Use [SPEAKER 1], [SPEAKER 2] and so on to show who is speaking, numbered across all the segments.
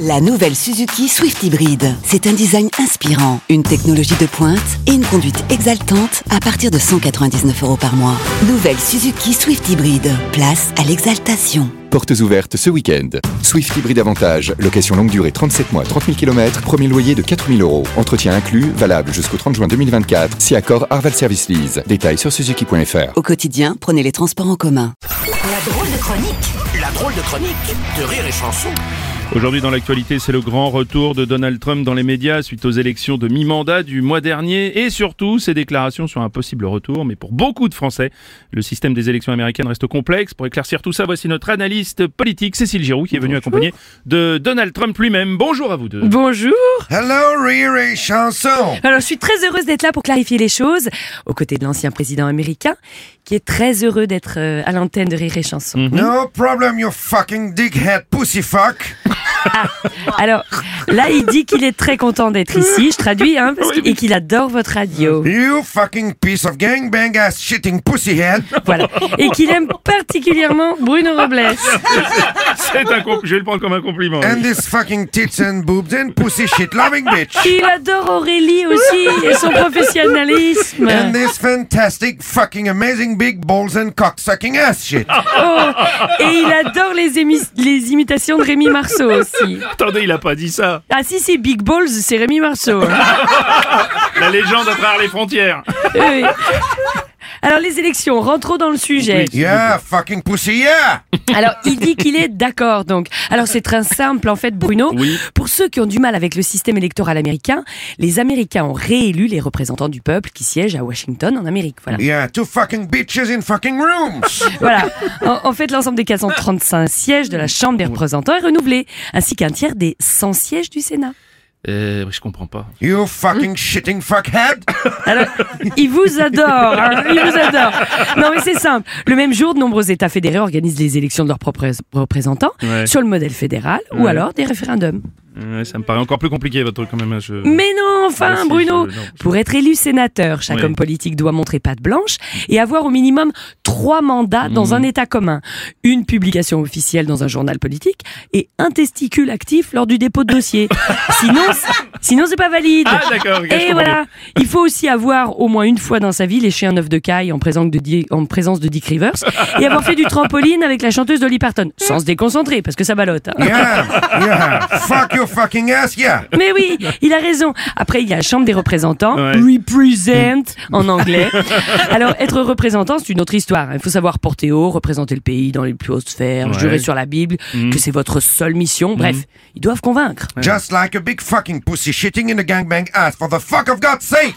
[SPEAKER 1] La nouvelle Suzuki Swift Hybrid. C'est un design inspirant, une technologie de pointe et une conduite exaltante à partir de 199 euros par mois. Nouvelle Suzuki Swift Hybrid. Place à l'exaltation.
[SPEAKER 2] Portes ouvertes ce week-end. Swift Hybrid Avantage. Location longue durée 37 mois, 30 000 km. Premier loyer de 4 000 euros. Entretien inclus, valable jusqu'au 30 juin 2024. Si accord Arval Service Lease. Détails sur suzuki.fr.
[SPEAKER 1] Au quotidien, prenez les transports en commun.
[SPEAKER 3] La drôle de chronique. La drôle de chronique de Rire et Chanson.
[SPEAKER 4] Aujourd'hui dans l'actualité, c'est le grand retour de Donald Trump dans les médias suite aux élections de mi-mandat du mois dernier et surtout ses déclarations sur un possible retour. Mais pour beaucoup de Français, le système des élections américaines reste complexe. Pour éclaircir tout ça, voici notre analyste politique Cécile Giroux qui est venue accompagnée de Donald Trump lui-même. Bonjour à vous deux.
[SPEAKER 5] Bonjour.
[SPEAKER 6] Hello, rire et chanson.
[SPEAKER 5] Alors, je suis très heureuse d'être là pour clarifier les choses, aux côtés de l'ancien président américain, qui est très heureux d'être euh, à l'antenne de Rire et Chanson.
[SPEAKER 6] No problem, you fucking dickhead pussy fuck.
[SPEAKER 5] Alors, là, il dit qu'il est très content d'être ici, je traduis, hein, parce qu'il- et qu'il adore votre radio.
[SPEAKER 6] You fucking piece of gangbang ass shitting pussyhead.
[SPEAKER 5] Voilà. Et qu'il aime particulièrement Bruno Robles.
[SPEAKER 4] C'est un compl- je vais le prendre comme un compliment.
[SPEAKER 6] And this fucking tits and boobs and pussy shit loving bitch.
[SPEAKER 5] Il adore Aurélie aussi et son professionnalisme.
[SPEAKER 6] And this fantastic fucking amazing big balls and cock sucking ass shit.
[SPEAKER 5] Oh, et il adore les, émis- les imitations de Rémi Marceau aussi.
[SPEAKER 4] Attendez, il a pas dit ça.
[SPEAKER 5] Ah si, c'est Big Balls, c'est Rémi Marceau. hein.
[SPEAKER 4] La légende à travers les frontières.
[SPEAKER 5] Oui. Alors les élections, rentrons dans le sujet.
[SPEAKER 6] Yeah, fucking pussy, yeah.
[SPEAKER 5] Alors il dit qu'il est d'accord donc. Alors c'est très simple en fait Bruno.
[SPEAKER 4] Oui.
[SPEAKER 5] Pour ceux qui ont du mal avec le système électoral américain, les Américains ont réélu les représentants du peuple qui siègent à Washington en Amérique. Voilà.
[SPEAKER 6] Yeah, two fucking bitches in fucking rooms.
[SPEAKER 5] voilà. En, en fait, l'ensemble des 435 sièges de la Chambre des représentants est renouvelé, ainsi qu'un tiers des 100 sièges du Sénat.
[SPEAKER 4] Euh, je comprends pas.
[SPEAKER 6] You fucking shitting fuckhead.
[SPEAKER 5] Alors, il vous adore, hein, il vous adore. Non, mais c'est simple. Le même jour, de nombreux États fédérés organisent les élections de leurs propres représentants
[SPEAKER 4] Ouais.
[SPEAKER 5] sur le modèle fédéral ou
[SPEAKER 4] Ouais.
[SPEAKER 5] alors des référendums.
[SPEAKER 4] Ouais, ça me paraît encore plus compliqué votre truc quand même. hein, je-
[SPEAKER 5] Mais non,
[SPEAKER 4] Ouais,
[SPEAKER 5] enfin,
[SPEAKER 4] si,
[SPEAKER 5] Bruno,
[SPEAKER 4] je- non.
[SPEAKER 5] pour être élu sénateur, chaque
[SPEAKER 4] Oui.
[SPEAKER 5] homme politique doit montrer patte blanche et avoir au minimum trois mandats dans
[SPEAKER 4] Mhm.
[SPEAKER 5] un État commun, une publication officielle dans un journal politique et un testicule actif lors du dépôt de dossier. sinon, c'est- sinon c'est pas valide.
[SPEAKER 4] Ah d'accord. ok, je
[SPEAKER 5] Et
[SPEAKER 4] comprends mieux.
[SPEAKER 5] voilà, il faut aussi avoir au moins une fois dans sa vie léché un œuf de caille en présence de, Di- en présence de Dick Rivers et avoir fait du trampoline avec la chanteuse Dolly Parton, sans se déconcentrer parce que ça ballotte. hein.
[SPEAKER 6] Yeah, yeah. Fuck your fucking ass, yeah.
[SPEAKER 5] Mais oui, il a raison. Après, il y a la Chambre des représentants,
[SPEAKER 4] Ouais.
[SPEAKER 5] represent en anglais. Alors, être représentant, c'est une autre histoire. hein. Il faut savoir porter haut, représenter le pays dans les plus hautes sphères,
[SPEAKER 4] Ouais. Mm.
[SPEAKER 5] jurer sur la Bible, que c'est votre seule mission. Bref, ils doivent convaincre.
[SPEAKER 6] Just like a big fucking pussy shitting in a gangbang ass for the fuck of God's sake.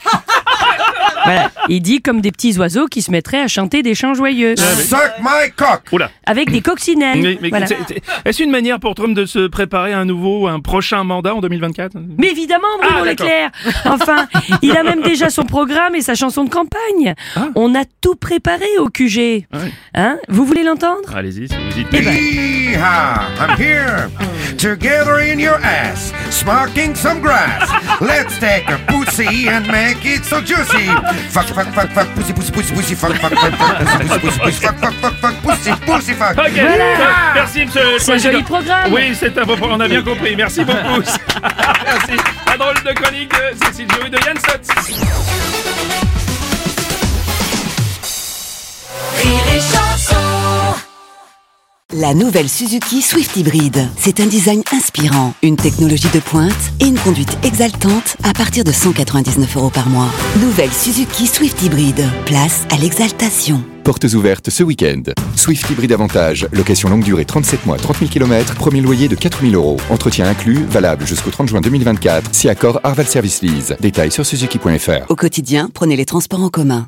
[SPEAKER 5] Voilà. Il dit comme des petits oiseaux qui se mettraient à chanter des chants joyeux,
[SPEAKER 6] Suck my cock.
[SPEAKER 4] Oula.
[SPEAKER 5] avec des coccinelles.
[SPEAKER 4] Mais- mais
[SPEAKER 5] Voilà.
[SPEAKER 4] c'est- c'est- Est-ce une manière pour Trump de se préparer à un nouveau, à un prochain mandat en 2024
[SPEAKER 5] Mais évidemment, Bruno
[SPEAKER 4] Ah, d'accord.
[SPEAKER 5] Leclerc Enfin, il a même déjà son programme et sa chanson de campagne. On a tout préparé au QG.
[SPEAKER 4] Ah. Ouais.
[SPEAKER 5] Hein Vous voulez l'entendre
[SPEAKER 4] Allez-y, si vous dites.
[SPEAKER 6] Yeehaw! I'm here. Together in your ass, smoking some grass. Let's take a pussy and make it so juicy. Fuck, fuck, fuck, fuck, pussy, pussy, pussy, pussy, fuck, fuck, fuck, fuck, pussy, pussy, pussy, pussy, fuck, fuck, fuck, fuck, pussy, pussy, fuck.
[SPEAKER 4] Ok, merci monsieur le
[SPEAKER 5] C'est un
[SPEAKER 4] président.
[SPEAKER 5] joli programme.
[SPEAKER 4] Oui, c'est un beau programme, on a bien compris. Merci beaucoup. merci. La drôle de chronique de Cécile Joui de Yann Sotz.
[SPEAKER 1] La nouvelle Suzuki Swift Hybrid. C'est un design inspirant, une technologie de pointe et une conduite exaltante à partir de 199 euros par mois. Nouvelle Suzuki Swift Hybrid. Place à l'exaltation.
[SPEAKER 2] Portes ouvertes ce week-end. Swift Hybrid Avantage. Location longue durée 37 mois, 30 000 km. Premier loyer de 4 000 euros. Entretien inclus, valable jusqu'au 30 juin 2024. Si accord Arval Service Lease. Détails sur suzuki.fr.
[SPEAKER 1] Au quotidien, prenez les transports en commun.